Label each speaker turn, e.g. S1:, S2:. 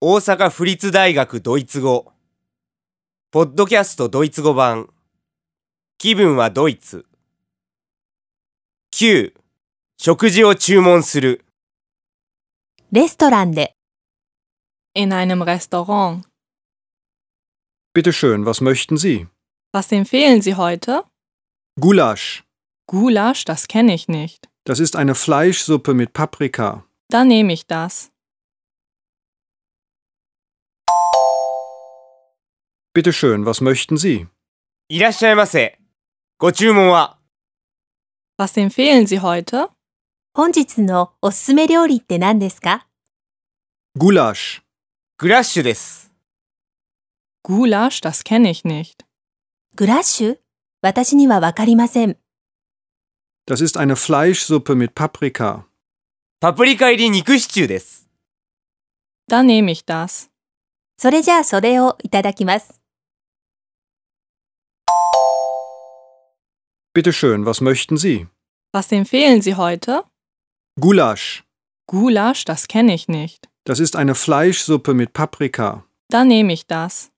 S1: 大阪府立大学ドイツ語ポッドキャストドイツ語版気分はドイツ9食事を注文する
S2: レストランで
S3: In einem Restaurant.
S4: Bitte schön, was möchten Sie?
S3: Was empfehlen Sie heute?
S4: Gulasch.
S3: Gulasch, das kenne ich nicht.
S4: Das ist eine Fleischsuppe mit Paprika.
S3: Dann nehme ich das.
S4: Bitte schön, was möchten Sie?
S1: いらっしゃいませご注文は
S3: Was empfehlen Sie heute?
S2: 本日のおすすめ料理って何ですか
S4: Gulasch.
S1: グラッシュです
S3: Gulasch, das kenne ich nicht.
S2: グラッシュ私にはわかりません。
S4: Das ist eine Fleischsuppe mit Paprika.
S1: パプリカ入り肉シチューです
S3: Dann nehme ich das.
S2: それじゃあそれをいただきます。
S4: Bitte schön, was möchten Sie?
S3: Was empfehlen Sie heute?
S4: Gulasch.
S3: Gulasch, das kenne ich nicht.
S4: Das ist eine Fleischsuppe mit Paprika.
S3: Dann nehme ich das.